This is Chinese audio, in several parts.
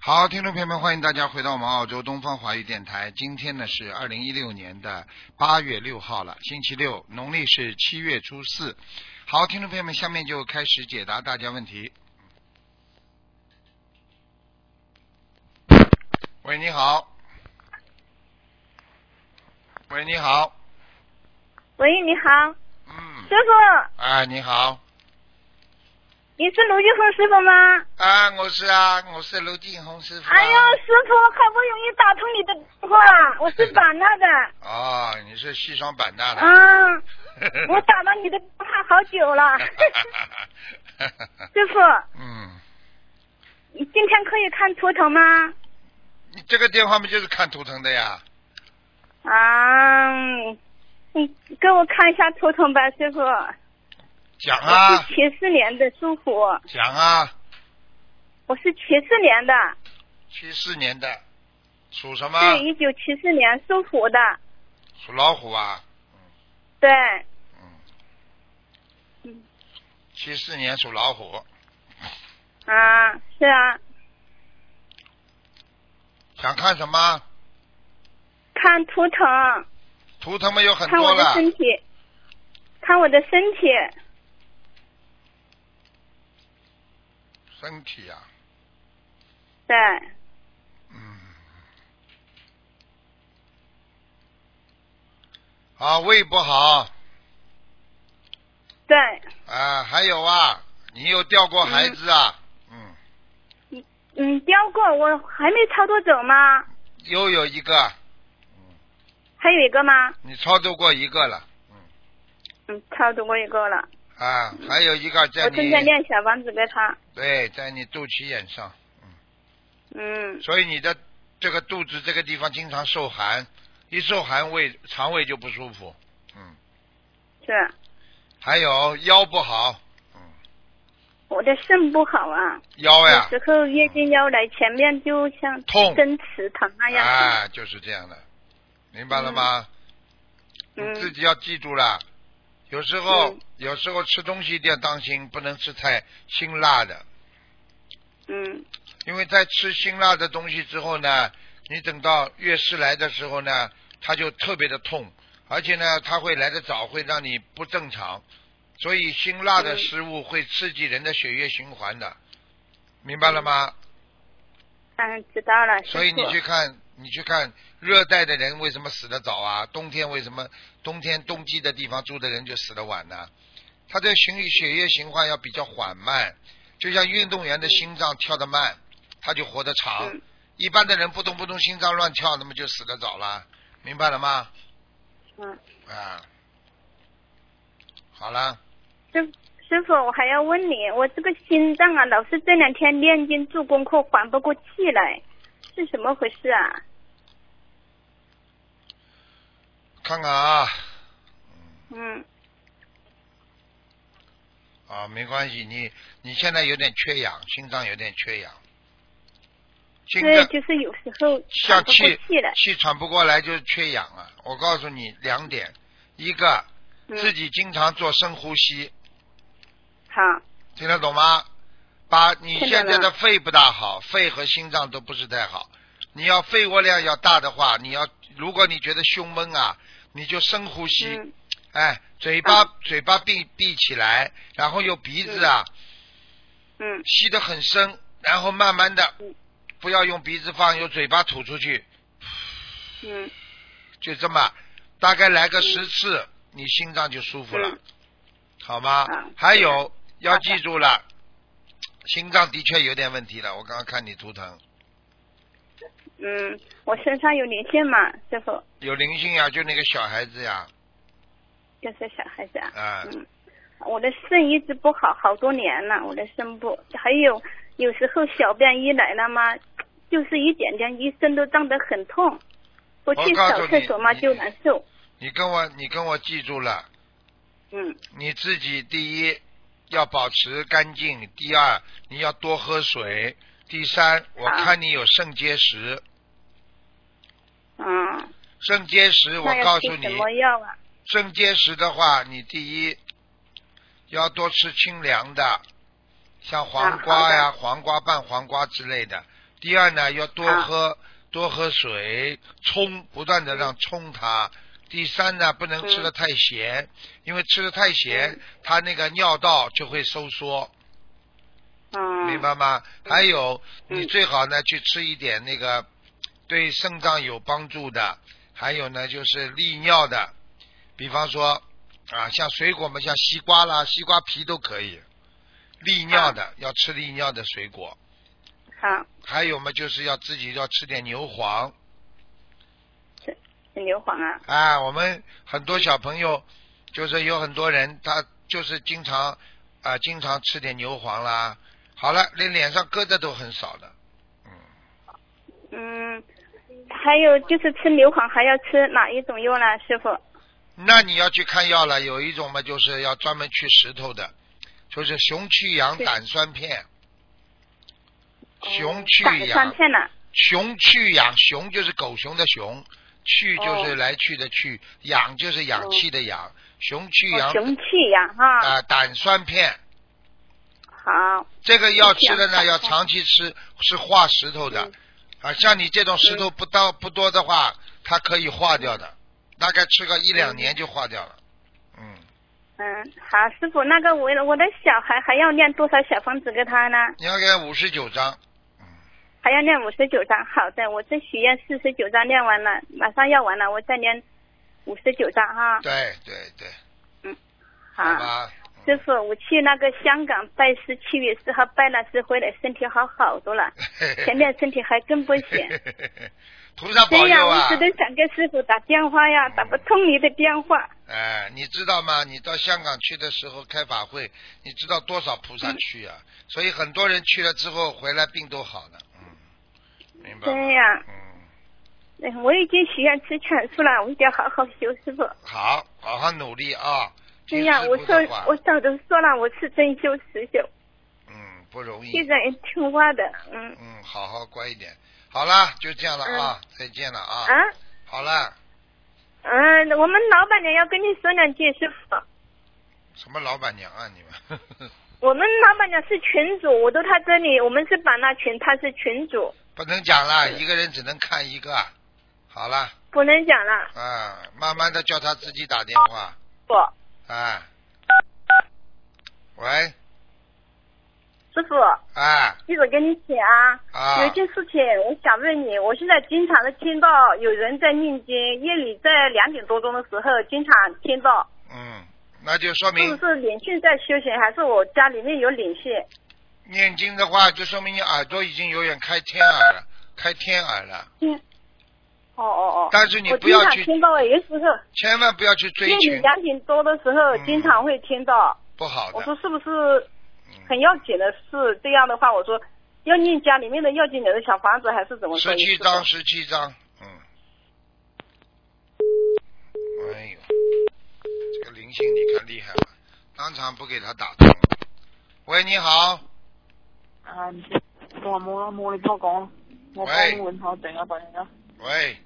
好，听众朋友们，欢迎大家回到我们澳洲东方华语电台。今天呢是二零一六年的八月六号了，星期六，农历是七月初四。好，听众朋友们，下面就开始解答大家问题。喂，你好。喂，你好。喂，你好，嗯师。傅，哎，你好。你是卢俊宏师傅吗？啊，我是啊，我是卢俊红师傅啊、哎呀，师傅，好不容易打通你的电话，我是版纳的，哦，你是西双版纳的。啊，嗯我打了你的电话好久 了，师傅，嗯，你今天可以看图腾吗？你这个电话不就是看图腾的呀？啊，嗯你给我看一下图腾吧，师傅。啊讲我 啊是，七四年的属虎，讲啊，我是七四年的，七四年的，属什么？对，一九七四年属虎的，属老虎啊。对，嗯嗯。七四年属老虎，啊，是啊，想看什么？看图腾。图腾嘛有很看我多的了，身体，看我的身体，身体啊，对，嗯。啊，胃不好对，啊，还有啊，你有掉过孩子啊？嗯，嗯，雕过，我还没操作走吗？又有一个，还有一个吗？你操作过一个了，嗯，嗯，操作过一个了，啊，还有一个在我你正在练小房子给他。对，在你肚脐眼上，嗯，所以你的这个肚子这个地方经常受寒，一受寒胃肠胃就不舒服，嗯，是还有腰不好，嗯我的肾不好啊，腰哦呀有时候月经要来，前面就像痛针刺疼那样。啊，就是这样的，明白了吗？嗯你自己要记住了，有时候、嗯有时候吃东西一定要当心，不能吃太辛辣的，嗯因为在吃辛辣的东西之后呢，你等到月事来的时候呢，它就特别的痛，而且呢，它会来的早，会让你不正常，所以辛辣的嗯食物会刺激人的血液循环的，明白了吗？嗯，知道了。所以师傅嗯你去看，你去看热带的人为什么死得早啊？冬天为什么冬天冬季的地方住的人就死得晚呢？他的循血液循环要比较缓慢，就像运动员的心脏跳得慢，他就活得长。嗯一般的人不动不动心脏乱跳，那么就死得早了，明白了吗？嗯，啊，好了，师师傅，我还要问你，我这个心脏啊，老是这两天练经做功课缓不过气来，是什么回事啊？看看啊，嗯，啊，没关系，你你现在有点缺氧，心脏有点缺氧，心对脏，就是有时候像喘不过气气来，气喘不过来就是缺氧啊！我告诉你两点，一个嗯，自己经常做深呼吸，好，听得懂吗？把你听得现在的了肺不大好，肺和心脏都不是太好。你要肺活量要大的话，你要如果你觉得胸闷啊，你就深呼吸，嗯哎，嘴巴、嗯嘴巴闭闭起来，然后用鼻子啊、嗯吸得很深，然后慢慢的嗯，不要用鼻子放，用嘴巴吐出去，嗯就这么，大概来个十次，你心脏就舒服了，嗯好吗？嗯还有要好的记住了，心脏的确有点问题了。我刚刚看你图腾嗯，我身上有灵性嘛，师傅，有灵性呀，就那个小孩子呀，就是小孩子啊，啊、嗯，我的肾一直不好，好多年了，我的肾不，还有有时候小便一来了嘛，就是一点点，一身都胀得很痛，我去告诉扫厕你所嘛你就难受，你跟我你跟我记住了，嗯你自己第一要保持干净，第二你要多喝水，第三我好看你有肾结石，嗯，肾结石我那要告吃诉你，什么药啊？肾结石的话，你第一要多吃清凉的，像黄瓜呀、黄瓜拌黄瓜之类的。第二呢，要多啊喝多喝水，冲不断的让冲它。第三呢，不能吃的太咸，因为吃的太咸，它那个尿道就会收缩，嗯，明白吗？还有，嗯你最好呢去吃一点那个对肾脏有帮助的，还有呢就是利尿的，比方说啊，像水果嘛，像西瓜啦，西瓜皮都可以，利尿的、嗯要吃利尿的水果。好，还有嘛，就是要自己要吃点牛黄牛黄啊，啊。我们很多小朋友，就是有很多人，他就是经常啊、经常吃点牛黄啦。好了，连脸上疙瘩都很少的。嗯，还有就是吃牛黄还要吃哪一种药呢，师傅？那你要去看药了，有一种嘛，就是要专门去石头的，就是熊去氧对哦胆酸片。熊胆去酸氧，片呢？熊去氧，熊就是狗熊的熊，去就是哦来去的去，氧就是氧气的氧，熊去哦氧熊气呀，哈，啊胆酸片。好，这个要吃的呢，嗯要长期吃，是化石头的嗯。啊，像你这种石头不到不多的话，它可以化掉的，大概吃个一两年就化掉了。嗯，嗯，好，师傅，那个我我的小孩还要念多少小房子给他呢？你要给五十九张，还要念五十九章。好的，我这许愿四十九章念完了，马上要完了，我再念五十九章哈。对对对，好好，吧。师傅，我去那个香港拜师，七月四号拜了师回来，身体好好多 了，前面身体还更不行。菩萨 保对呀，佑我一啊直！都想给师傅打电话呀，打不通你的电话。哎，你知道吗？你到香港去的时候开法会，你知道多少菩萨去啊？所以很多人去了之后回来病都好了。嗯，明白吗。对呀嗯。哎我已经许愿吃全素了，我一定要好好修，师傅。好，好好努力啊！对呀，我听师说傅的话我早都说了，我是真修实修，嗯，不容易。现在人听话的，嗯嗯，好好乖一点。好啦，就这样了啊，再见了啊。啊。好啦，嗯，我们老板娘要跟你说两句，师傅。什么老板娘啊你们？我们老板娘是群主，我都她这里，我们是版纳群，她是群主，不能讲啦，一个人只能看一个。啊好啦，不能讲了。啊，慢慢的叫他自己打电话不，啊。喂，师傅，啊记者跟你讲啊，啊有一件事情我想问你，我现在经常的听到有人在念经，夜里在两点多钟的时候经常听到，嗯，那就说是明不是灵性在修行，还是我家里面有灵性？念经的话，就说明你耳朵已经有点开天耳了，开天耳了。嗯，哦哦哦，但是你我不经要常去听到，有时候千万不要去追夜里求两点多的时候嗯经常会听到。不好我说的。嗯是不是很要紧的事？这样的话，我说要念家里面的要紧的小房子，还是怎么说十呢？七张，十七张，嗯。哎呦，这个灵性你看厉害了，当场不给他打通。喂，你好，啊，我冇啦，冇你幫我講啦，我幫你換口定啊，等陣啊。喂，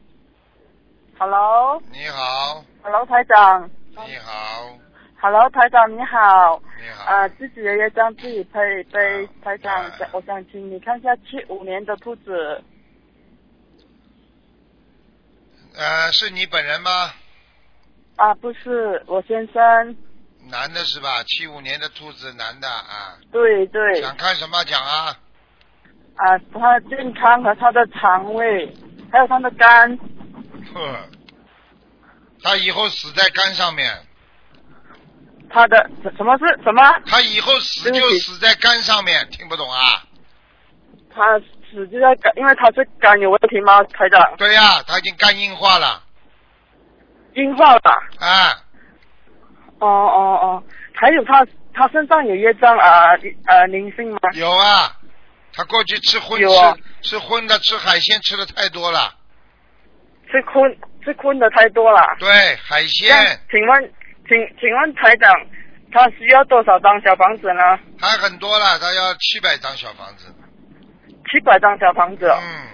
Hello，Hello 你好，台長你好， ，Hello 台長你好，你好，啊，自己的业障自己背背啊，台長啊，我想请你看一下七五年的兔子，呃，是你本人吗？啊，不是我先生，男的是吧？七五年的兔子，男的啊，对对，想看什么讲啊？啊，他的健康和他的肠胃，还有他的肝，呵，他以后死在肝上面，他的什什么是什么？他以后死对不就起死在肝上面，听不懂啊？他死就在肝，因为他是肝有问题吗？台长，对呀、他已经肝硬化了硬化了。啊，哦哦哦，还有他他身上有业障啊呃灵性吗？有啊，他过去吃荤有吃、啊吃荤的，吃海鲜吃的太多了，是困是困的太多了。对海这样鲜，请问请请问台长，他需要多少张小房子呢？还很多了，他要七百张小房子，七百张小房子哦、嗯，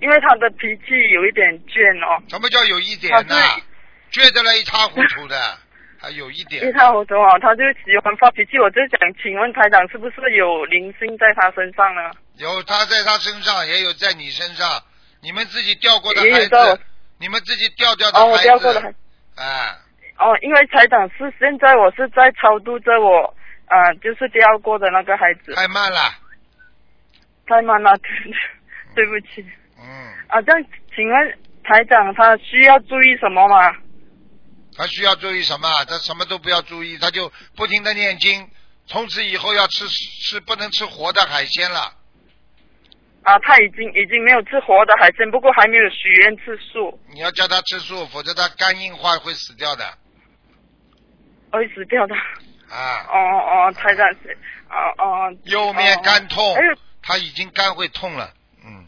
因为他的脾气有一点倔哦。什么叫有一点他呢、对 倔得来一塌糊涂的，还有一因为点，他好多哦，他就喜欢发脾气。我就想，请问台长是不是有灵性在他身上呢？有他在他身上，也有在你身上。你们自己掉过的也有孩在我子，你们自己掉掉的哦，我孩掉过了子，。哎，哦，因为台长是现在我是在超度着我，呃，就是掉过的那个孩子，太慢了。太慢了，对对不起嗯，啊。这样，请问台长他需要注意什么吗？他需要注意什么啊？他什么都不要注意，他就不停的念经。从此以后要吃吃不能吃活的海鲜了。啊，他已经已经没有吃活的海鲜，不过还没有许愿次数，你要叫他吃素，否则他肝硬化会死掉的会哦死掉的。啊。哦哦，台长是，哦哦。右面肝痛，哦哎呦他已经肝会痛了。嗯，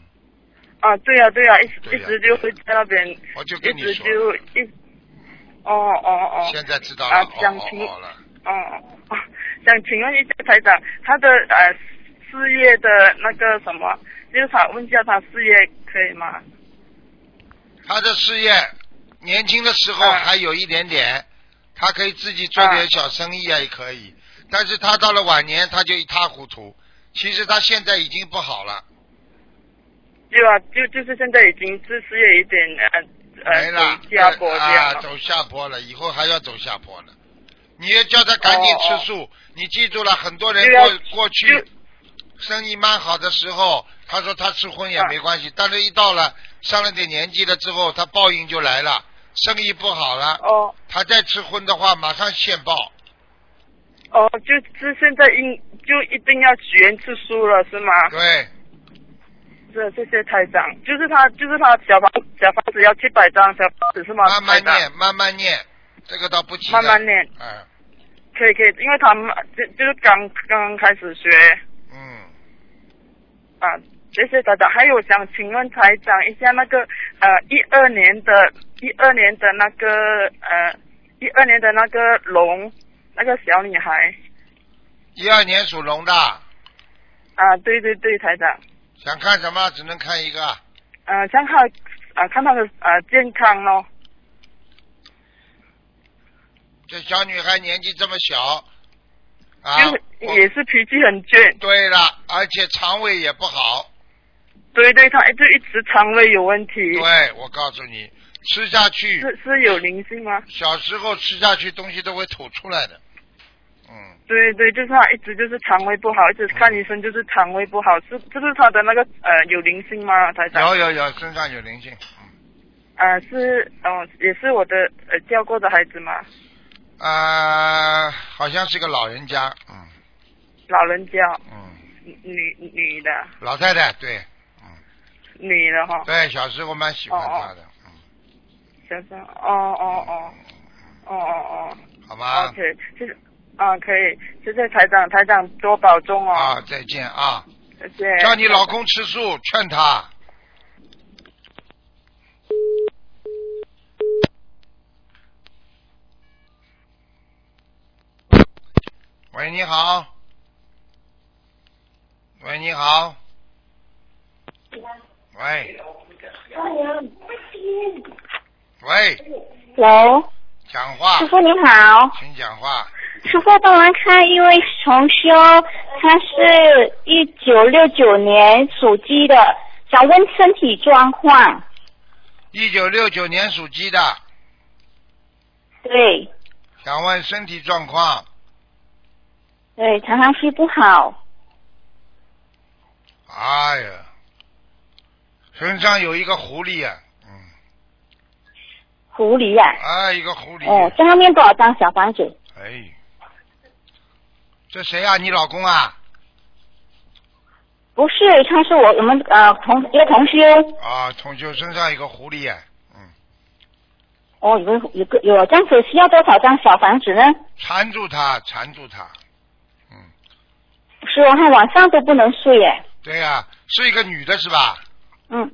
啊，对呀、对呀、一对直一呀直就会在那边，我就一跟你直说，就一，哦哦哦，现在知道了，啊哦想哦请哦了。哦哦，想请问一下台长，他的呃事业的那个什么，就是想问一下他事业可以吗？他的事业，年轻的时候啊还有一点点，他可以自己做点小生意啊，也可以。但是他到了晚年，他就一塌糊涂。其实他现在已经不好了，对啊，就就是现在已经是事业有点呃没呃了走，下坡对这啊样，了。走下坡了，以后还要走下坡呢。你也叫他赶紧哦吃素，你记住了，很多人对啊过过就去生意蛮好的时候，他说他吃荤也啊没关系，但是一到了上了点年纪了之后，他报应就来了，生意不好了，哦他再吃荤的话，马上现报。哦，就是现在应就一定要许愿吃书了是吗？对，是谢谢台长，就是他就是他小房小房子要七百张小房子是吗？慢慢台长念，慢慢念，这个倒不急的。慢慢念，嗯可以可以，因为他们就就是刚刚开始学嗯，啊。谢谢台长，还有想请问台长一下那个呃一二年的一二年的那个呃一二年的那个龙那个小女孩一二年属龙的，啊，对对对，台长，想看什么只能看一个。呃，像她啊看她的呃健康咯，这小女孩年纪这么小，啊，就是我也是脾气很倔，对了，而且肠胃也不好。对对，她就一直肠胃有问题，对，我告诉你，吃下去，是是有灵性吗？小时候吃下去东西都会吐出来的。嗯，对对，就是他一直就是肠胃不好，一直看医生就是肠胃不好，是就是他的那个呃有灵性吗？台长？有有有，身上有灵性。嗯，呃，是哦、也是我的呃教过的孩子嘛，嗯啊、好像是个老人家。嗯老人家，嗯，女女女的老太太，对，嗯。女的哈、对，小时候蛮喜欢他的，嗯，先生，哦哦哦哦哦嗯哦好吗？ ，OK，就是啊可以，谢谢台长，台长多保重哦，啊，再见啊！谢谢。叫你老公吃素，劝他。喂，你好。喂，你好。喂喂，喂，讲话师，傅您好，请讲话。师傅帮忙看一位同修，他是一九六九年属鸡的，想问身体状况。一九六九年属鸡的，对，想问身体状况。对，常常睡不好。哎呀，身上有一个狐狸啊，嗯，狐狸呀、啊，一个狐狸，哦，在他面多少张小房子？哎，这谁啊？你老公啊？不是，他是我我们呃同一个同修，啊，同修身上有个狐狸、啊，嗯，哦，有个有个有这样子需要多少张小房子呢？缠住他，缠住他，嗯，是哦，他晚上都不能睡耶。对呀、是一个女的是吧？嗯，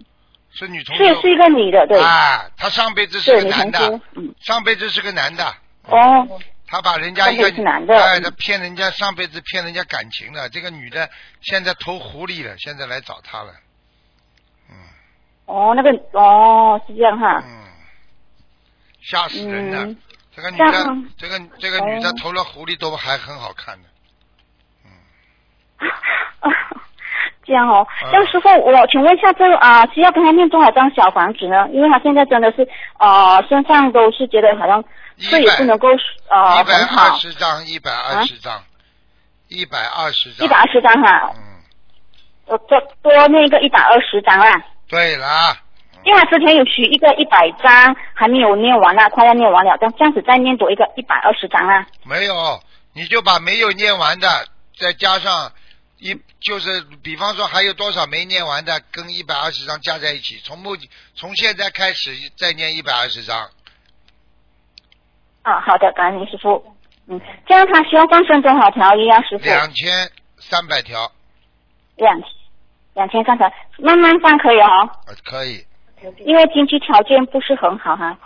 是女同是修是一个女的，对，啊，她上辈子是对，个女男同的修，，嗯，上辈子是个男的，哦，他把人家一个上辈子男的哎，嗯他骗人家上辈子骗人家感情了。这个女的现在投狐狸了，现在来找他了。嗯哦，那个哦是这样哈。 嗯，吓死人了！嗯这个女的这样，这个这个女的哦投了狐狸都还很好看的，这样哦啊，那师傅，我请问一下，这个啊、需要跟他念多少张小房子呢？因为他现在真的是呃，身上都是觉得好像睡也不能够呃一百很二好，啊十张，一百二十张，一百二十张，一百二十张哈，嗯，我多多念一个一百二十张啦。对啦，因为他之前有许一个一百张，还没有念完啦，啊快要念完了，这样这样子再念多一个一百二十张啊啦。没有，你就把没有念完的再加上一，就是比方说还有多少没念完的，跟一百二十张加在一起，从目从现在开始再念一百二十张，啊，好的，感恩您师傅。嗯，这样他需要放生多少条鱼啊，师傅？两千三百条，两两千三条，慢慢放可以哦，呃，可以，因为经济条件不是很好哈、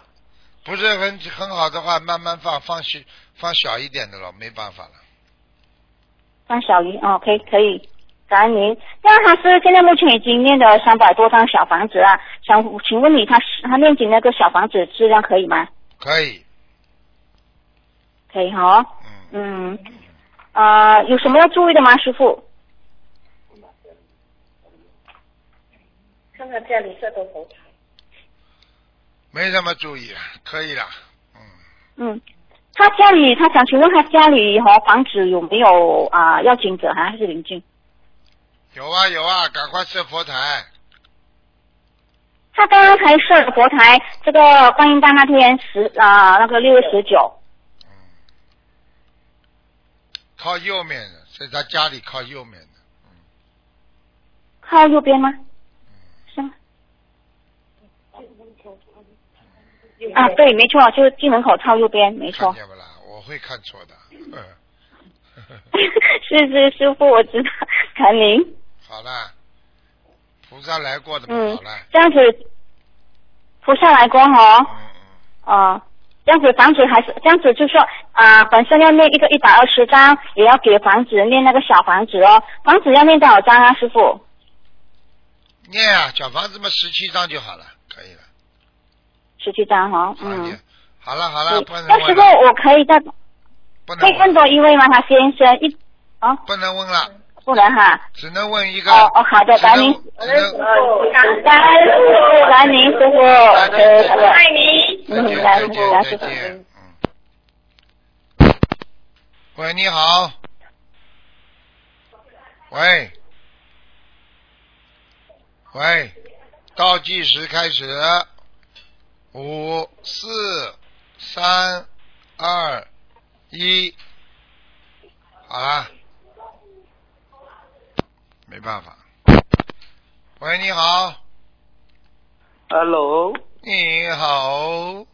不是很很好的话，慢慢放，放小放小一点的了，没办法了。放小鱼哦，可以可以，感恩您。那他是现在目前已经念了三百多张小房子啊，想请问你他是他念经那个小房子质量可以吗？可以，可以哈、哦，嗯，嗯，呃，有什么要注意的吗，师傅？看看家里这头头。没什么注意，可以了，嗯，嗯，他家里他想请问他家里和、房子有没有啊、要经者啊还是邻居？有啊有啊，赶快设佛台，他刚刚才设了佛台，这个观音诞那天十啊、那个六月十九，嗯，靠右面的，在他家里靠右面的，靠右边吗？是吗？啊，对，没错，就是进门口靠右边，没看错。见不啦？我会看错的，嗯， 是是，师傅，我知道，肯您。好了，菩萨来过的嘛，嗯好了，，这样子，菩萨来过哦，嗯嗯，哦，这样子房子还是这样子，就说啊、本身要念一个一百二十张，也要给房子念那个小房子哦，房子要念多少张啊，师傅？念啊，小房子嘛，十七张就好了，可以了，十七张哦，好一嗯点，。好了好了，对不能那师问傅，了，我可以再可不能以更问，多一位吗？他先生一哦，不能问了，不能哈。只能问一个，哦哦，好的，只感恩能您，只能。呃，感恩师傅，感恩您师傅，啊对呃对对，爱你。再见嗯，感再恩感见恩再师傅。见，嗯。喂，你好。喂，喂，倒计时开始，五、四、三、二、一，好啦，没办法。喂，你好， Hello，你好。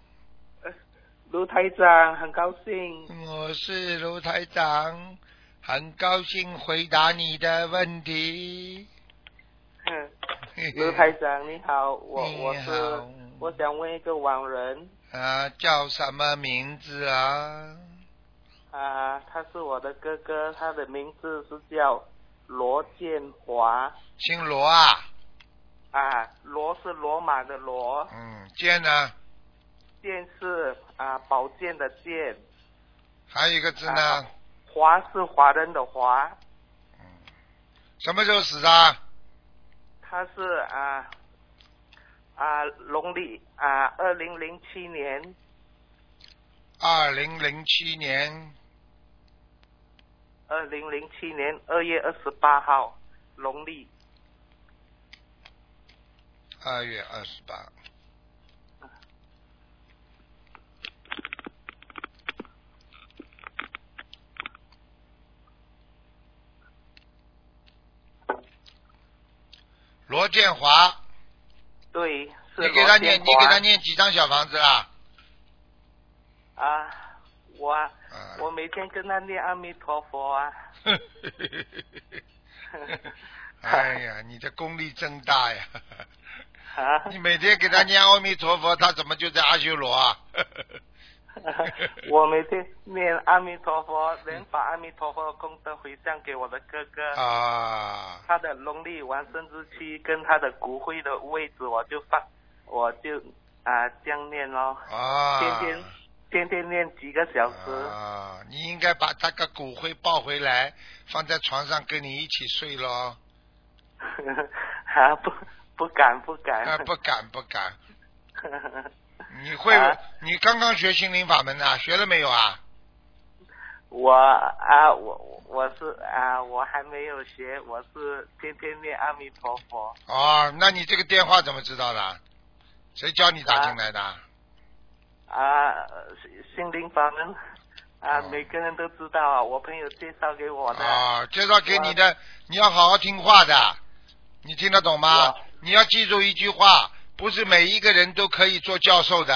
卢台长，很高兴。我是卢台长，很高兴回答你的问题。嗯 卢台长你好，我你我好是我想问一个网人 啊，叫什么名字啊？啊、他是我的哥哥，他的名字是叫罗建华姓罗啊？啊，罗是罗马的罗，嗯，健呢？建是啊宝剑的剑，还有一个字呢？啊华是华人的华，什么时候死的？他是啊啊农历啊二零零七年二零零七年二零零七年二月二十八号农历。二月二十八。罗建华，对，是你给他罗念，建你华给他念几张小房子啦？啊，我啊啊，我每天跟他念阿弥陀佛啊， 哎呀，你的功力真 大呀！啊，你每天给他念阿弥陀佛，他怎么就在阿修罗啊？ 我每天念阿弥陀佛，能把阿弥陀佛的功德回向给我的哥哥。啊，他的农历完生之期跟他的骨灰的位置，我就放，我就啊这样念咯，啊，天天天天念几个小时。啊，你应该把他个骨灰抱回来，放在床上跟你一起睡咯。 啊，不不敢不敢。啊，不敢不敢。你会、啊你刚刚学心灵法门呐、学了没有啊？ 我啊，我我我是啊，我还没有学，我是天天念阿弥陀佛。哦，那你这个电话怎么知道的？谁教你打进来的？啊，心心灵法门啊，哦每个人都知道啊，我朋友介绍给我的。啊，介绍给你的，你要好好听话的，你听得懂吗我？你要记住一句话，不是每一个人都可以做教授的。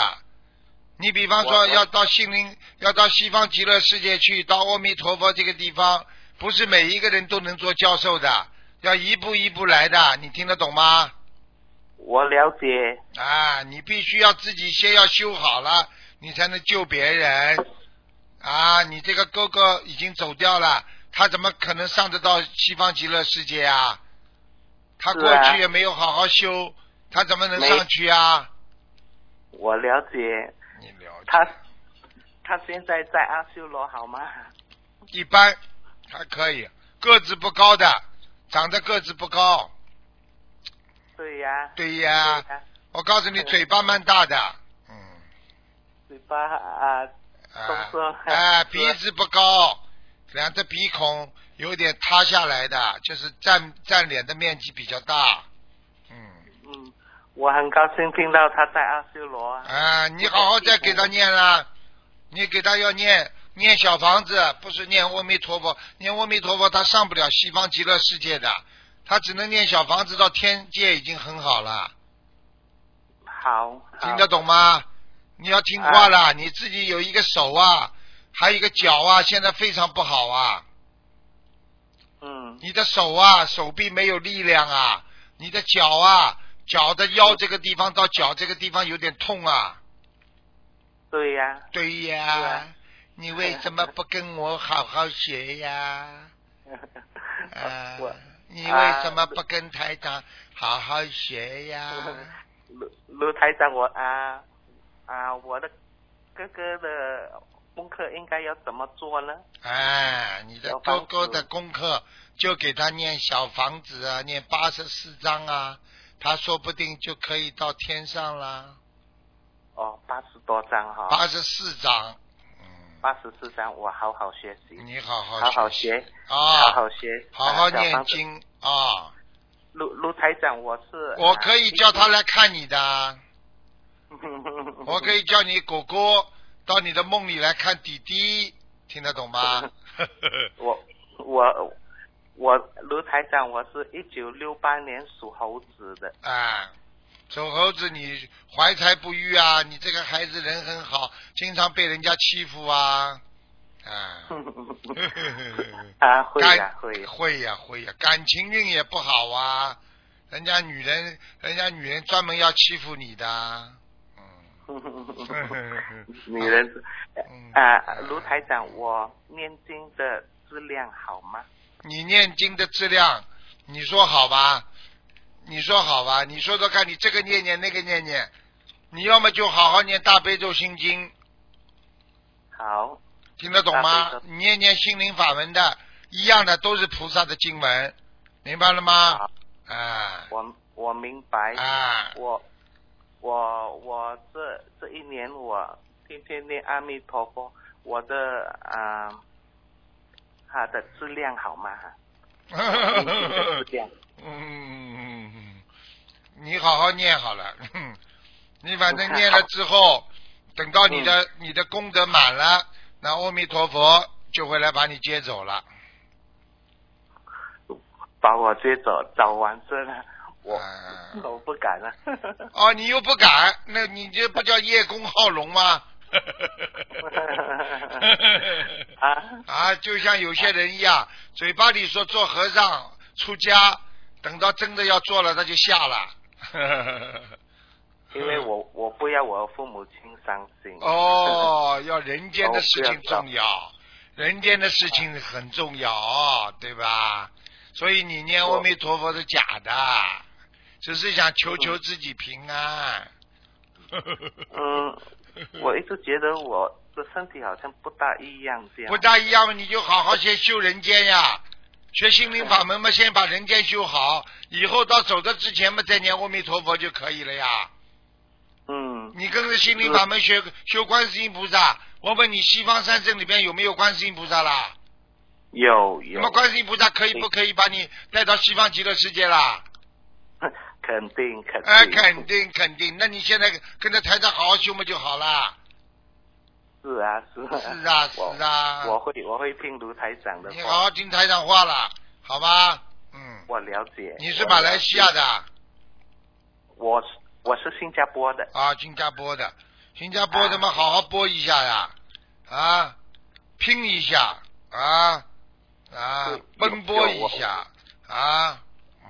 你比方我说我要到心灵，要到西方极乐世界去，到阿弥陀佛这个地方，不是每一个人都能做教授的，要一步一步来的，你听得懂吗？我了解，啊，你必须要自己先要修好了，你才能救别人。啊，你这个哥哥已经走掉了，他怎么可能上得到西方极乐世界啊？他是过啊去也没有好好修，他怎么能没上去啊？我了解，你了解他他现在在阿修罗好吗？ 一般还可以，个子不高的，长得个子不高。对呀、对呀，对呀我告诉你，对嘴巴蛮大的，嗯，嘴巴啊，啊动作，哎，是鼻子不高，两个鼻孔有点塌下来的，就是占占脸的面积比较大。嗯，嗯，我很高兴听到他在阿修罗啊。啊，你好好再给他念啦，你给他要念念小房子，不是念阿弥陀佛，念阿弥陀佛他上不了西方极乐世界的，他只能念小房子到天界已经很好了，好，好听得懂吗？你要听话啦，你自己有一个手啊，还有一个脚啊，现在非常不好啊。嗯你的手啊，手臂没有力量啊，你的脚啊，脚的腰这个地方到脚这个地方有点痛啊。，对呀、 对呀，是啊你为什么不跟我好好学呀？啊 我，啊你为什么不跟台长好好学呀？ 卢卢台长，我啊啊，我的哥哥的功课应该要怎么做呢？哎，你的小哥房子哥的功课就给他念小房子啊，念八十四章啊，他说不定就可以到天上啦。哦，八十多张哈、八十四章，嗯。八十四张，我好好学习，你好好好好学学，啊，好好学，嗯好好啊小念房子经啊！卢卢台长，我是我可以叫他，来看你的，我我可以叫你果果到你的梦里来看弟弟，听得 懂吗？ 我我我卢台长，我是一九六八年属猴子的， 啊，丑猴子，你怀才不遇啊！你这个孩子人很好，经常被人家欺负啊啊！啊， 会感呀会 呀，，会呀、会呀、感情运也不好啊！人家女人，人家女人专门要欺负你的啊， 嗯 女人是嗯啊，卢台长，我念经的质量好吗？你念经的质量，你说好吧？你说好吧？你说说看，你这个念念那个念念，你要么就好好念大悲咒心经，好，听得懂大悲吗咒？你念念心灵法门的，一样的都是菩萨的经文，明白了吗好？啊我我明白。 啊！我我我这这一年我天天念阿弥陀佛，我的啊，它的质量好 吗？念经的质量。嗯，你好好念好了， 哼你反正念了之后，等到你的、你的功德满了，那阿弥陀佛就会来把你接走了。把我接走，早完事了，我、啊我不敢 了。哦，你又不敢，那你这不叫叶公好龙吗？ 啊啊，就像有些人一样，嘴巴里说做和尚出家，等到真的要做了，他就下了。 因为我我不要我父母亲伤心。 哦，要人间的事情重哦要，人间的事情很重要，哦对吧？所以你念我阿弥陀佛是假的，只是想求求自己平安。 嗯，我一直觉得我这身体好像不大一样这样。不大一样嘛，你就好好先修人间呀，学心灵法门嘛，先把人间修好，以后到走的之前嘛，再念阿弥陀佛就可以了呀。嗯，你跟着心灵法门学修观世音菩萨，我问你，西方三圣里边有没有观世音菩萨啦？有有那。么观世音菩萨可以不可以把你带到西方极乐世界啦？ 肯定肯定。哎，肯定肯定。那你现在跟着台长好好修嘛就好啦。是啊是啊。是啊我是啊我会我会听卢台长的你好话，好听台长话啦，好吧？嗯。我了解。你是马来西亚的啊我是我是新加坡的，啊？新加坡的，新加坡哎的嘛，好好播一下呀，啊，拼一下啊啊对，奔波一有下啊，嗯，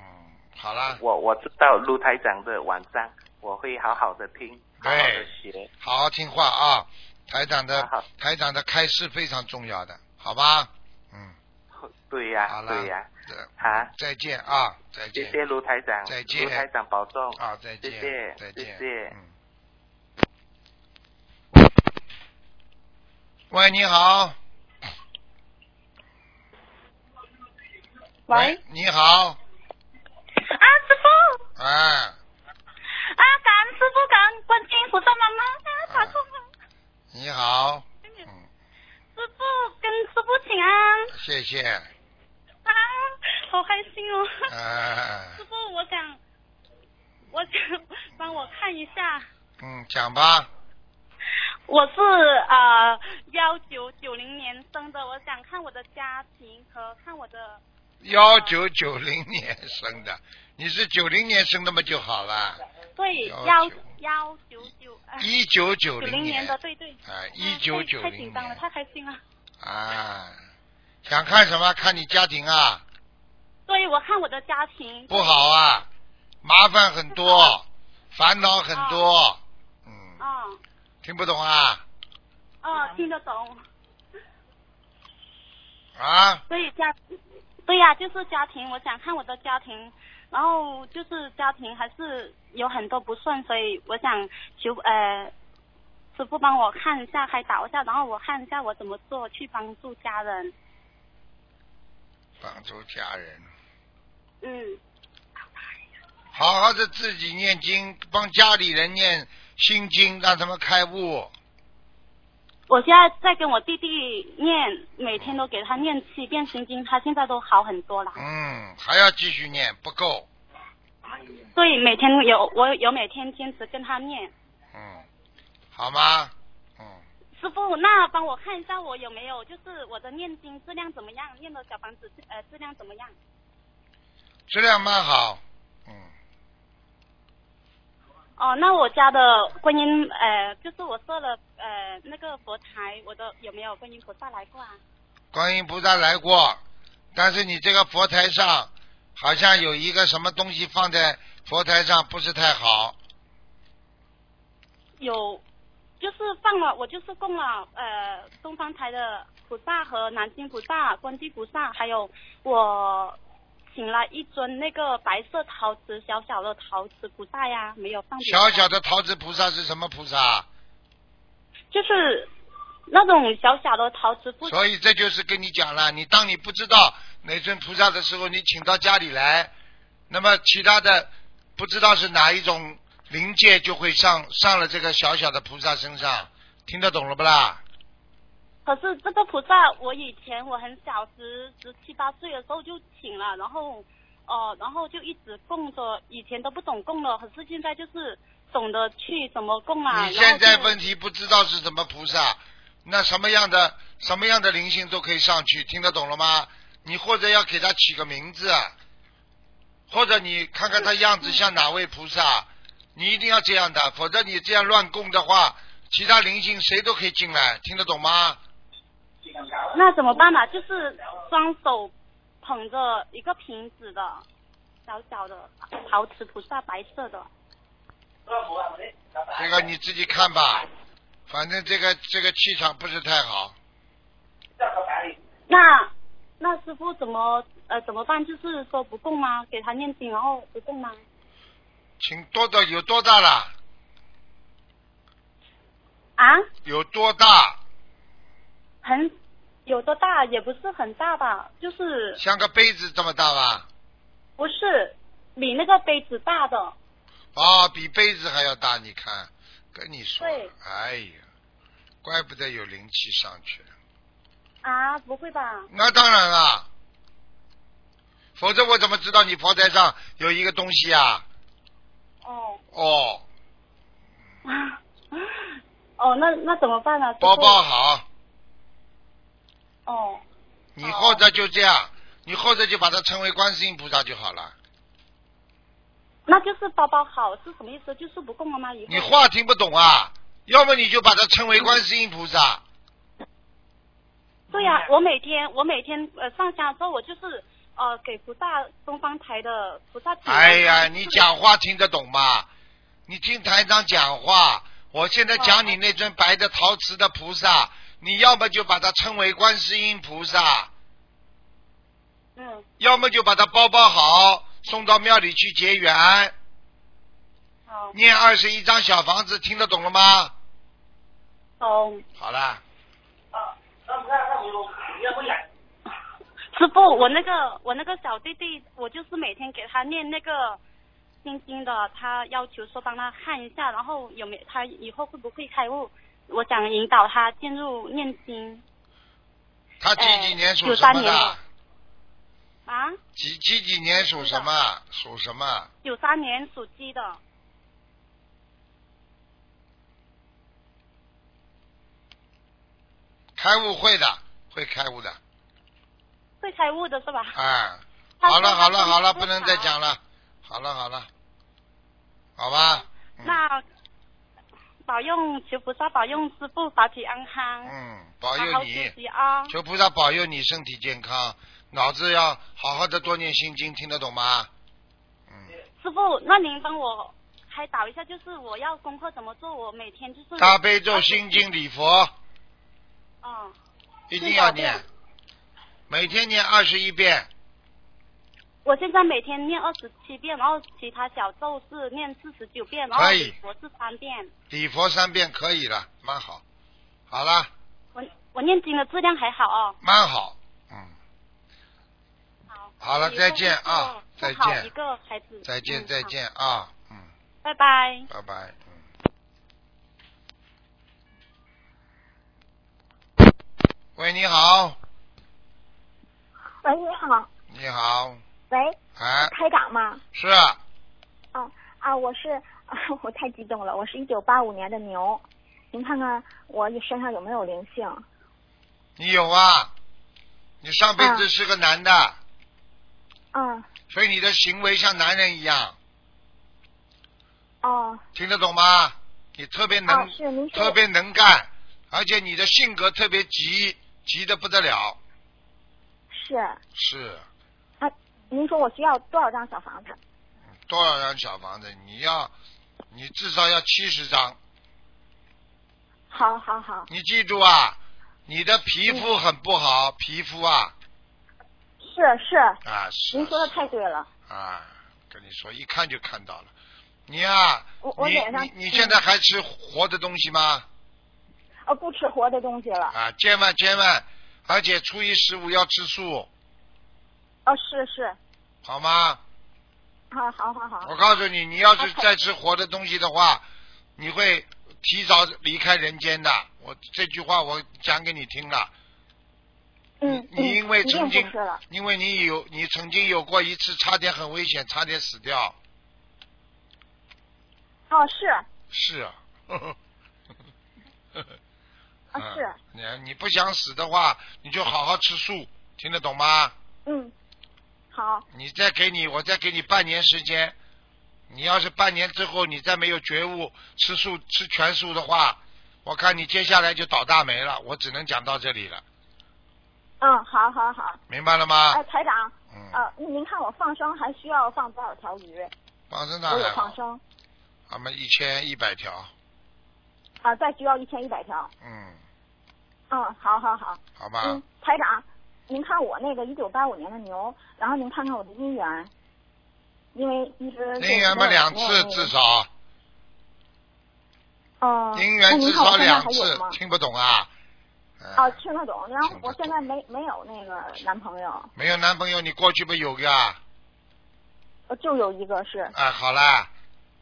好啦，我我知道陆台长的晚上，我会好好的听，好好哎的学。好好听话啊，台长的好好台长的开示非常重要的，好吧？嗯，对呀、好啦啊对呀、这啊，再见啊，再谢见谢卢台长，再见卢台长保重。啊，再见谢谢再见，谢谢嗯。喂，你好。喂，你好，啊，师傅，哎，啊，感恩师傅，感恩观世音菩萨妈妈，啊，打通了。你好，嗯，师傅跟师傅请安，谢谢，啊，好开心哦。哎，师傅，我想，我想帮我看一下，嗯，讲吧，我是呃幺九九零年生的，我想看我的家庭和看我的幺九九零年生的，你是九零年生的嘛就好了，对幺19幺九九啊一九九哎九零年的，对对。啊，嗯一九太九太零紧张了，年太开心了。啊，想看什么？看你家庭啊，对，我看我的家庭不好啊，麻烦很 多，烦恼很多，嗯，啊，听不懂啊啊，听得懂。啊，所以家，对呀、就是家庭，我想看我的家庭，然后就是家庭还是有很多不顺，所以我想求呃师傅帮我看一下，开导一下，然后我看一下我怎么做去帮助家人。帮助家人。嗯，好好的自己念经，帮家里人念心经，让他们开悟。我现在在跟我弟弟念，每天都给他念七遍心经，他现在都好很多了。嗯，还要继续念，不够。所以每天有我有每天坚持跟他念。嗯，好吗？嗯，师傅，那帮我看一下我有没有就是我的念经质量怎么样，念的小房子呃质量怎么样？质量蛮好。嗯，哦，那我家的观音，呃，就是我设了呃那个佛台，我的有没有观音菩萨来过啊？观音菩萨来过，但是你这个佛台上好像有一个什么东西放在佛台上，不是太好。有，就是放了，我就是供了呃东方台的菩萨和南京菩萨、观世菩萨，还有我请了一尊那个白色陶瓷小小的陶瓷菩萨呀，没有放别的小小的桃子菩萨是什么菩萨？就是那种小小的陶瓷菩萨。所以这就是跟你讲了，你当你不知道哪尊菩萨的时候，你请到家里来，那么其他的不知道是哪一种灵界就会上上了这个小小的菩萨身上，听得懂了不啦？可是这个菩萨，我以前我很小时十七八岁的时候就请了，然后哦、呃然后就一直供着，以前都不懂供了，可是现在就是懂得去怎么供啊。你现在然后就问题不知道是什么菩萨，那什么样的什么样的灵性都可以上去，听得懂了吗？你或者要给他起个名字，啊或者你看看他样嗯子像哪位菩萨，你一定要这样的，否则你这样乱供的话，其他灵性谁都可以进来，听得懂吗？那怎么办呢、就是双手捧着一个瓶子的小小的陶瓷菩萨，白色的。这个你自己看吧，反正这个这个气场不是太好，那那师傅怎么呃怎么办？就是说不供吗？给他念经，然后不供吗？请多多有多大了？啊？有多大？很有的大，也不是很大吧，就是像个杯子这么大吧？不是比那个杯子大的。啊、比杯子还要大，你看，跟你说对，哎呀，怪不得有灵气上去了。啊，不会吧？那当然啦，否则我怎么知道你佛台上有一个东西啊？哦，哦， 哦，那那怎么办呢、啊？包包。好，哦，你或者就这样，你或者就把它称为观世音菩萨就好了。那就是包包好是什么意思？就是不够了吗？以后你话听不懂啊？要么你就把它称为观世音菩萨，对哎呀、我每天我每天呃上香之后，我就是呃给菩萨东方台的菩萨请安。哎呀，你就是讲话听得懂吗？你听台长讲话，我现在讲你那尊白的陶瓷的菩萨，你要么就把它称为观世音菩萨，嗯要么就把它包包好，送到庙里去结缘，好念二十一张小房子，听得懂了吗？好。好了，师傅，我那个我那个小弟弟，我就是每天给他念那个心经的，他要求说帮他看一下，然后有没他以后会不会开悟？我想引导他进入念经他几几年属哎93什么年的的？啊，几几几年属什么？属什么？九三年属鸡的，开悟会的，会开悟的。会开悟的是吧？啊，他好了说他好了不好了，知不能再道讲了，好了好了，好吧。嗯那保佑求菩萨保佑师傅法体安康，嗯，保好佑好你休，息啊、求菩萨保佑你身体健康，脑子要好好的多念心经，听得懂吗？嗯，师傅，那您帮我开导一下，就是我要功课怎么做？我每天就是大悲咒、心经、礼佛嗯，一定要多少遍念，每天念二十一遍，我现在每天念二十七遍，然后其他小咒是念四十九遍，然后可以礼佛是三遍。礼佛三遍可以了，蛮好，好了，我我念经的质量还好哦。蛮好，嗯，好，好了以后再见啊就是再做好见一个孩子，再见嗯再，见啊，嗯。好拜拜。拜拜。嗯。嗯喂，你好，喂，你好，你好，喂，哎，开长吗？是啊哦啊，我是、 啊，我太激动了，我是一九八五年的牛，您看看我身上有没有灵性？你有啊？你上辈子是个男的，啊嗯，所以你的行为像男人一样，哦，听得懂吗？你特别能，哦，是您说嗯特别能干，而且你的性格特别急，急的不得了。是是啊，您说我需要多少张小房子？多少张小房子？你要，你至少要七十张。好，好，好，你记住啊，你的皮肤很不好，皮肤啊是是，啊是您说的太对了，啊，跟你说一看就看到了，你啊，我我脸上你你你现在还吃活的东西吗？呃、不吃活的东西了，啊，千万千万，而且初一十五要吃素，哦，是是，好吗？好好好好，我告诉你，你要是再吃活的东西的话，你会提早离开人间的。我这句话我讲给你听了，嗯，你因为嗯一曾定经不吃了，因为你有你曾经有过一次差点很危险，差点死掉。哦，是是啊， 啊是嗯你你不想死的话，你就好好吃素，听得懂吗？嗯，好，你再给你，我再给你半年时间。你要是半年之后你再没有觉悟，吃素吃全素的话，我看你接下来就倒大霉了。我只能讲到这里了，嗯，好好好，明白了吗哎、？台长，嗯，呃，您看我放生还需要放多少条鱼？放生我的有还放好，生俺们一千一百条，啊，再需要一千一百条。嗯，嗯，好好好。好吧，嗯，台长，您看我那个一九八五年的牛，然后您看看我的姻缘，因为一直就姻缘没嘛有两没有次那至个少，哦，姻那缘您至看我少身上两哦还有次吗，？听不懂啊？哦，听得懂。然后我现在没没有那个男朋友，没有男朋友，你过去不有个啊？呃就有一个是啊，好啦，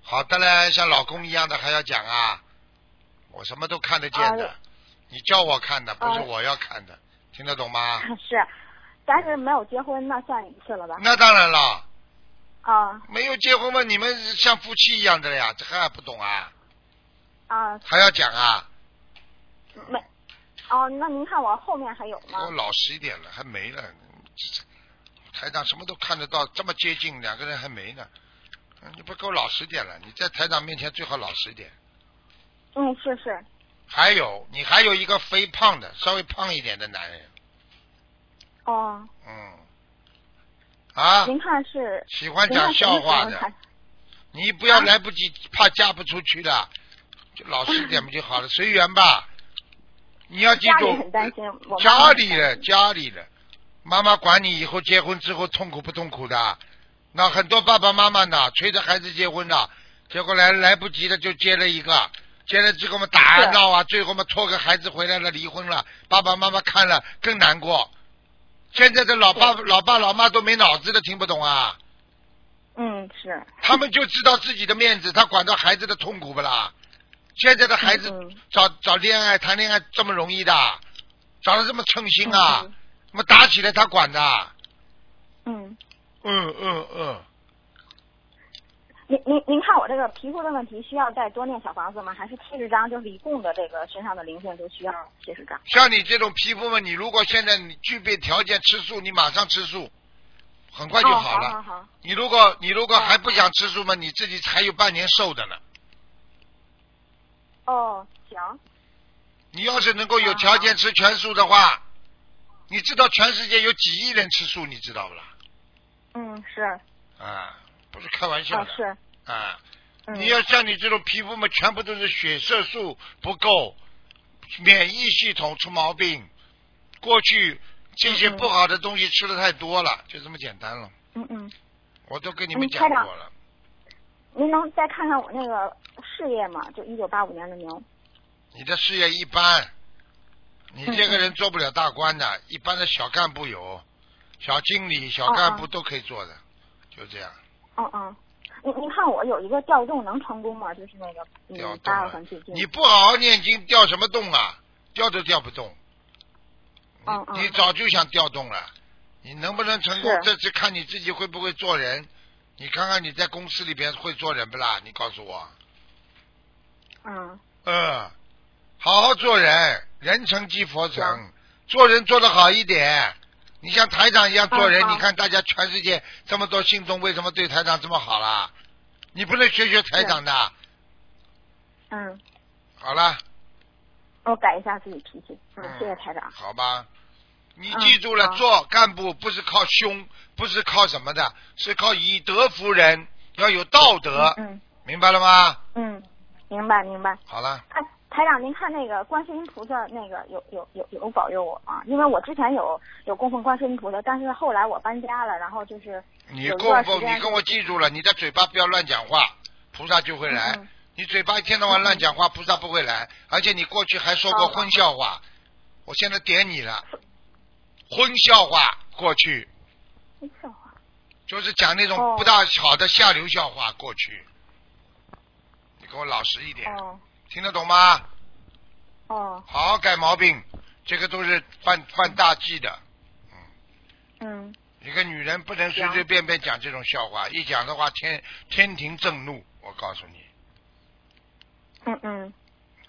好的嘞，像老公一样的还要讲啊？我什么都看得见的，啊你叫我看的，不是啊我要看的，听得懂吗？ 是，但是没有结婚，那算一次了吧？那当然了，啊没有结婚嘛，你们像夫妻一样的了呀，这还不懂啊？啊，还要讲啊？没哦，那您看我后面还有吗我？老实一点了，还没了。台长什么都看得到，这么接近，两个人还没呢。嗯你不够老实点了，你在台长面前最好老实一点。嗯，是是，还有，你还有一个肥胖的，稍微胖一点的男人，哦，嗯，啊，您看是喜欢讲笑话您看什么时候的，才你不要来不及，怕嫁不出去的，就老实一点不就好了，随缘吧。你要记家里啊很住，呃担心，我妈家里人，家里人，妈妈管你以后结婚之后痛苦不痛苦的？那很多爸爸妈妈呢，催着孩子结婚呢，结果来来不及的就结了一个，结了之后嘛打啊是闹啊，最后嘛拖个孩子回来了，离婚了，爸爸妈妈看了更难过。现在的老爸老爸老妈都没脑子的，听不懂啊，嗯是， 他们就知道自己的面子，他管到孩子的痛苦不啦？现在的孩子嗯嗯找找恋爱谈恋爱这么容易的，找的这么称心啊？嗯那么打起来他管的。嗯，嗯嗯嗯，您您您看我这个皮肤的问题，需要再多念小房子吗？还是七十张就是一共的这个身上的灵性就需要七十张？像你这种皮肤嘛，你如果现在你具备条件吃素，你马上吃素，很快就哦，好了。好好你如果你如果哦还不想吃素嘛，你自己还有半年瘦的呢。哦，行，你要是能够有条件吃全素的话，你知道全世界有几亿人吃素，你知道不啦？嗯是，啊，不是开玩笑啊的是，啊！嗯你要像你这种皮肤嘛，全部都是血色素不够，免疫系统出毛病，过去这些嗯嗯不好的东西吃的太多了，就这么简单了。嗯嗯，我都跟你嗯们讲台长过了，您能再看看我那个事业吗？就一九八五年的牛。你的事业一般，你这个嗯嗯人做不了大官的，一般的小干部有，小经理、小干部哦都可以做的，就这样。嗯嗯，您您看我有一个调动能成功吗？就是那个调嗯动八月啊份最近。你不好好念经，调什么动啊？调都调不动。你嗯嗯你早就想调动了，你能不能成功是？这次看你自己会不会做人。你看看你在公司里边会做人不啦？你告诉我。嗯嗯，好好做人，人成即佛成，做人做得好一点。你像台长一样做人，嗯好你看大家全世界这么多信众，为什么对台长这么好啦？你不能学学台长的。嗯，好了。我改一下自己脾气。嗯，嗯谢谢台长。好吧，你嗯记住了，好做干部不是靠凶，不是靠什么的，是靠以德服人，要有道德，嗯明白了吗？嗯，明白明白。好了，哎，台长，您看那个观世音菩萨那个有有有有保佑我啊？因为我之前有有供奉观世音菩萨，但是后来我搬家了，然后就是你有一供段时奉，间你跟我记住了，你的嘴巴不要乱讲话，菩萨就会来。嗯嗯你嘴巴一天到晚乱讲话，菩萨不会来。而且你过去还说过哦荤笑话，我现在点你了，荤笑话过去哎笑话就是讲那种哦不大好的下流笑话过去。你给我老实一点，哦听得懂吗？哦好好改毛病，这个都是犯犯大忌的。嗯一个女人不能随随便便讲这种笑话，一讲的话天天庭震怒。我告诉你，嗯嗯，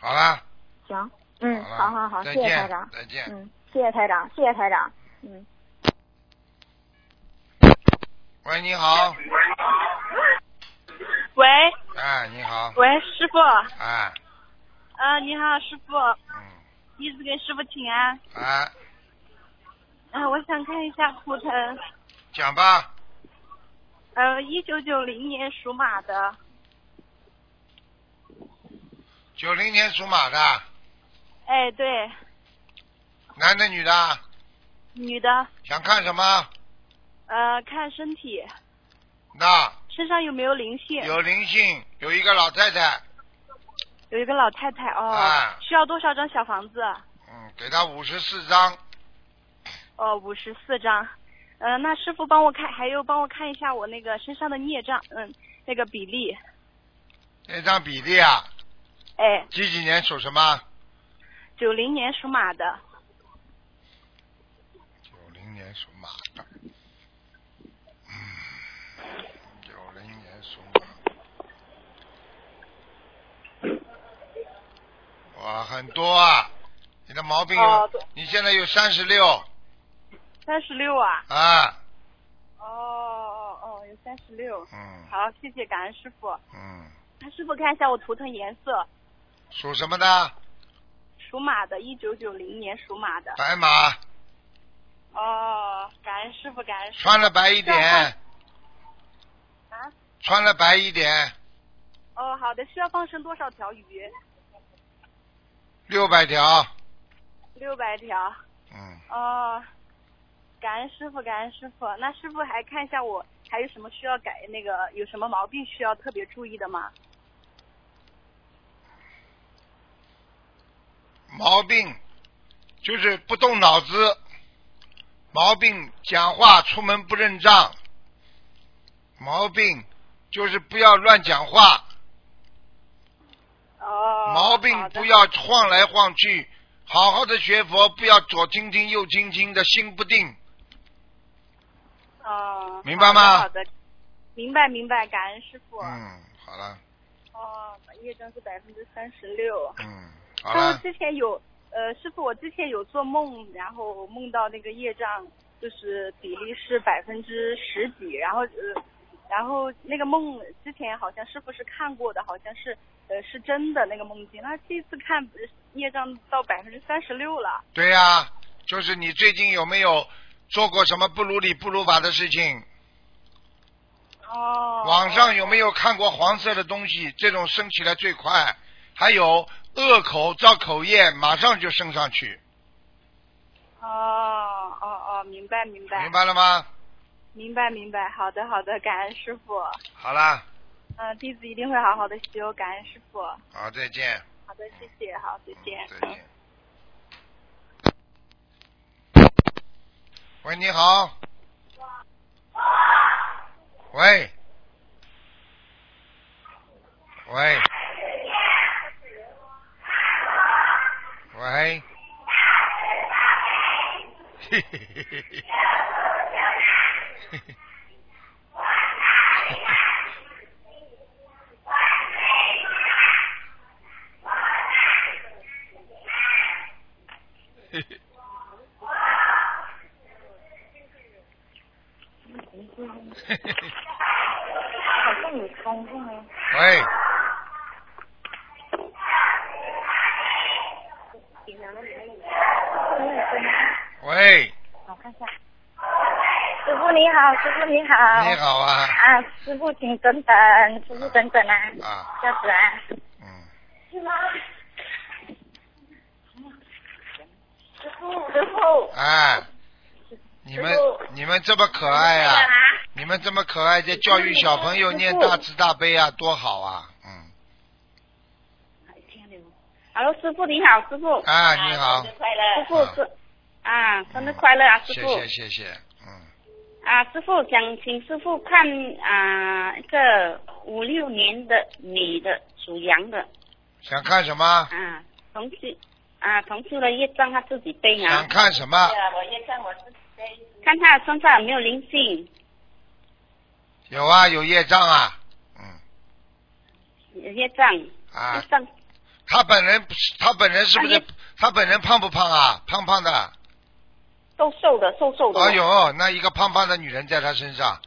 好啦，行，嗯，好啦好好好，再谢谢台见长，，再见。嗯，谢谢台长，谢谢台长，嗯。喂，你好，喂哎，你好，喂，师傅，哎，呃，你好，师傅，嗯，弟子给师傅请安。哎，啊、我想看一下图腾，讲吧，呃，一九九零年属马的，九零年属马的，哎，对，男的女的，女的，想看什么？呃，看身体，那身上有没有灵性？有灵性，有一个老太太，有一个老太太哦，啊需要多少张小房子？嗯，嗯，给他五十四张，哦，五十四张。呃，那师傅帮我看，还有帮我看一下我那个身上的孽障，嗯，那个比例。那张比例啊，哎，几几年属什么？九零年属马的，九零年属马的，嗯，九零年属马。哇，很多啊！你的毛病有，哦对你现在有三十六三十六啊。啊，哦哦哦，有三十六。嗯好，谢谢，感恩师傅。嗯，师傅看一下我图腾颜色，属什么的？属马的，一九九零年属马的。白马，哦，感恩师傅，感恩师傅。穿了白一点，啊，穿了白一点，哦，好的，需要放生多少条鱼？六百条，六百条。嗯，哦，感恩师傅，感恩师傅。那师傅还看一下我还有什么需要改，那个有什么毛病需要特别注意的吗？毛病就是不动脑子，毛病讲话出门不认账，毛病就是不要乱讲话，哦，毛好病的不要晃来晃去，好好的学佛，不要左听听右听听的心不定，哦，明白吗好的，好的明白明白，感恩师傅。嗯，好了，哦，业障是百分之三十六。嗯，好然后了，之前有，呃，师傅，我之前有做梦，然后梦到那个业障就是比例是百分之十几，然后呃，然后那个梦之前好像师傅是看过的，好像是呃是真的那个梦境。那这次看呃业障到百分之三十六了，对呀、就是你最近有没有做过什么不如理不如法的事情？哦，网上有没有看过黄色的东西？这种升起来最快。还有恶口造口业，马上就升上去，哦哦哦，明白明白明白了吗？明白明白，好的好的，感恩师傅，好啦，嗯、弟子一定会好好的修，感恩师傅。好，再见。好的，谢谢，好，再见。嗯再嗯见。喂，你好。喂。喂。 喂。嘿嘿嘿嘿嘿。嘿嘿嘿嘿嘿好像有通过呀。喂，喂，我看一下。师傅你好，师傅你好。你。好啊，啊，师傅请等等，师傅等等啊，啊，这样子啊。嗯，师傅，师傅。哎，你们师傅你们这么可爱呀、啊，你们这么可爱，在教育小朋友念大慈大悲啊，多好啊，嗯，哎 Hello，师傅你好，师傅。哎啊，你好生日，快乐。师傅是啊，生日快乐啊，师谢傅。谢谢谢，嗯，啊，师傅想请师傅看啊，一个五六年的女的，属羊的想看什么？啊，同事啊，同事的业障他自己背啊想，看什么？看他身上有没有灵性，有啊，有业障啊，嗯，有业障，啊业，障他本人他本人是不那是业他本人胖不胖啊？胖胖的。瘦瘦的，瘦瘦的。哎呦，那一个胖胖的女人在他身上，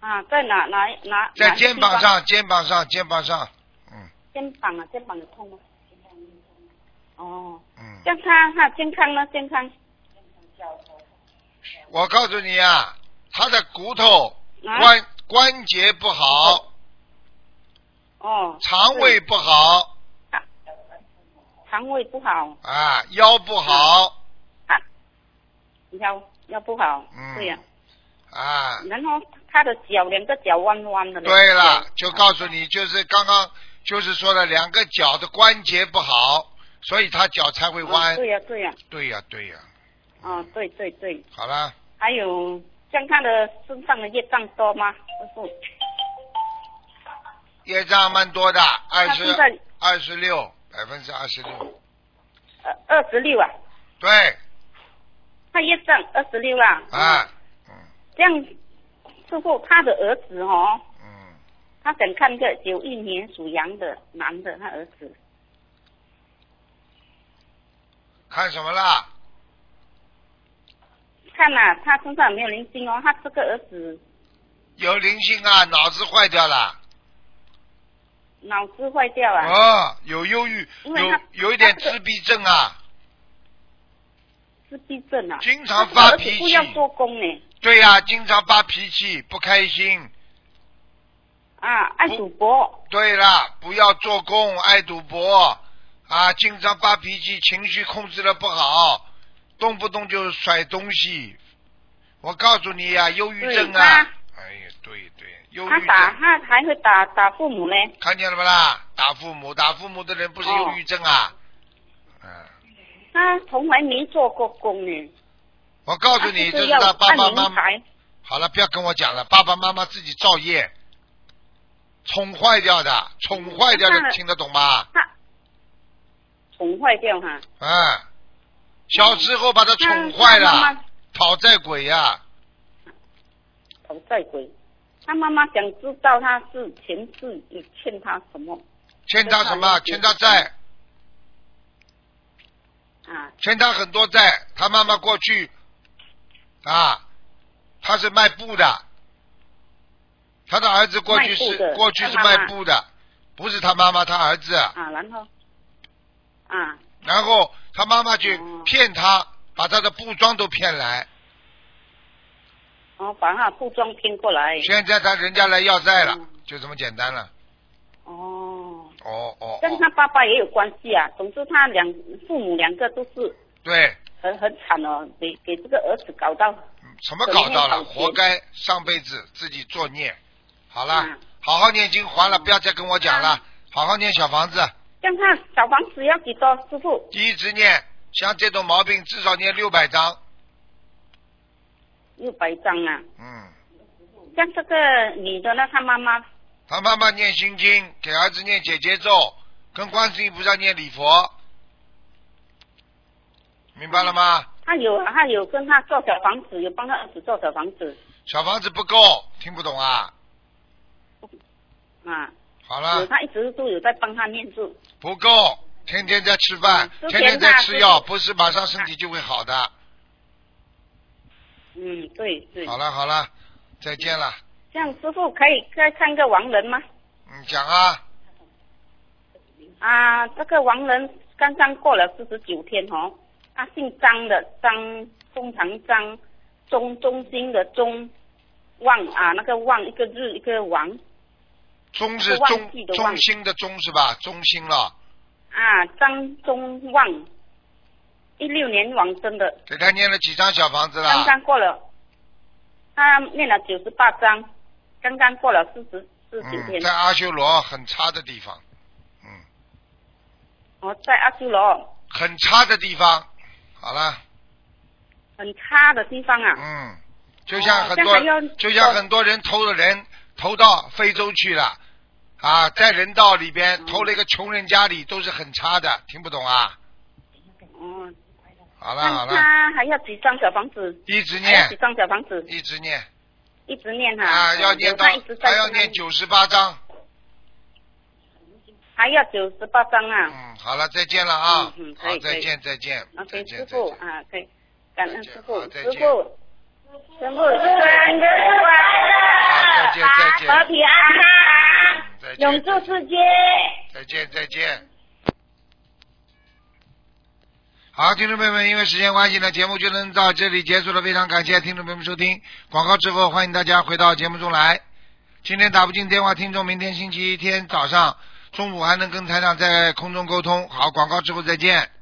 啊，在哪哪哪？哪在个地肩方膀，上，肩膀上，肩膀上，嗯肩膀啊，肩膀有痛吗？哦，嗯，像他他健康呢？健康我告诉你啊，他的骨头啊？关关节不好，哦，肠胃不好肠胃不好，啊，腰不好腰腰不好，嗯对呀、啊。嗯然后他的脚两个脚弯弯的嘞。对嗯了，就啊告诉你，就是刚刚就是说了，两个脚的关节不好，所以他脚才会哦弯。啊对呀、对呀、对呀，对呀。啊，对对对。好啦，还有，像他的身上的业障多吗？师傅，业障蛮多的，二他十现在二十六，百分之二十六。呃，二十六啊，对，他业障二十六啊。啊，这样，师傅他的儿子哦，嗯，他想看个九一年属羊的男的，他儿子看什么啦？看呐、他身上有没有灵性哦，他这个儿子有灵性啊，脑子坏掉了。脑子坏掉啊，哦，有忧郁，因为有他有一点他这个自闭症啊。自闭症啊，经常发他这个儿子脾气不要做工呢，对呀、经常发脾气，不开心。啊，爱赌博，对啦，不要做工，爱赌博啊，经常发脾气，情绪控制的不好，动不动就甩东西。我告诉你呀、忧郁症啊对！哎呀，对对，忧他郁打症，他还会打打父母呢，看见了不啦？打父母，打父母的人哦不是忧郁症啊。嗯，他从来没做过工呢，我告诉他你，就这是是要他爸按爸名妈妈。牌，好了，不要跟我讲了，爸爸妈妈自己造业，宠坏掉的，宠坏掉那的，听得懂吗？啊宠坏掉哈，嗯，小时候把他宠坏他他妈了，妈讨债鬼呀、讨债鬼，他妈妈想知道他是前世有欠他什么欠他什么？欠他债，啊，欠他很多债。他妈妈过去啊，他是卖布的，他的儿子过去卖布是的过去是他妈妈卖布的，不是他妈妈，他儿子。啊，然后啊，然后他妈妈就哦骗他，把他的布庄都骗来。然后哦把他的布装骗过来，现在他人家来要债了嗯，就这么简单了。哦，哦哦，跟哦他爸爸也有关系啊。总之，他两父母两个都是对，很很惨哦，给给这个儿子搞到嗯什么搞到了？整天搞钱活该，上辈子自己作孽。好了，嗯好好念经还了，不要再跟我讲了，好好念小房子，像他小房子要几多？师傅一直念。像这种毛病，至少念六百张。六百张啊。嗯，像这个女的呢，她妈妈他妈妈念心经，给儿子念姐姐咒，跟观世音菩萨念礼佛，明白了吗？她有啊她有跟她做小房子，有帮她儿子做小房子小房子不够，听不懂啊？啊，好有了，她一直都有在帮她念住。不够，天天在吃饭，嗯天天在吃之前呢就药，是不是马上身体就会好的。嗯，对对。好了好了，再见了。这样师傅可以再看个亡人吗？嗯，讲啊，啊，这个亡人刚刚过了四十九天哦，他姓张的张，弓长张，中中心的中，望啊那个望一个日一个王中是忘中记的忘中心的中是吧？中心了，啊张中望，一六年往生的，给他念了几张小房子刚了？刚过了，他念了九十八章，刚刚过了四十四十九嗯，天，在阿修罗很差的地方，嗯，哦在阿修罗很差的地方。好了，很差的地方啊，嗯，就像哦很这多还要，就像很多人偷了人，偷到非洲去了，啊，在人道里嗯边偷了一个穷人家里，都是很差的，听不懂啊？哦，好了嗯啊好那了，他还要几张小房子？一直还有几念，张小房子？一直念一直念哈、啊，要嗯念到他一直在还要念九十八章。还要九十八张啊。嗯，好了，再见了啊！嗯嗯可好，以再见，再见，再 OK，见，师再傅见。啊，可以，感恩师傅，再见师傅，好再见师傅，生日快好再见再见乐，和平安嗯康，再见，永驻世界。再见，再见。好，听众朋友们，因为时间关系呢，节目就能到这里结束了。非常感谢听众朋友们收听广告之后，欢迎大家回到节目中来。今天打不进电话，听众明天星期天早上、中午还能跟台长在空中沟通。好，广告之后再见。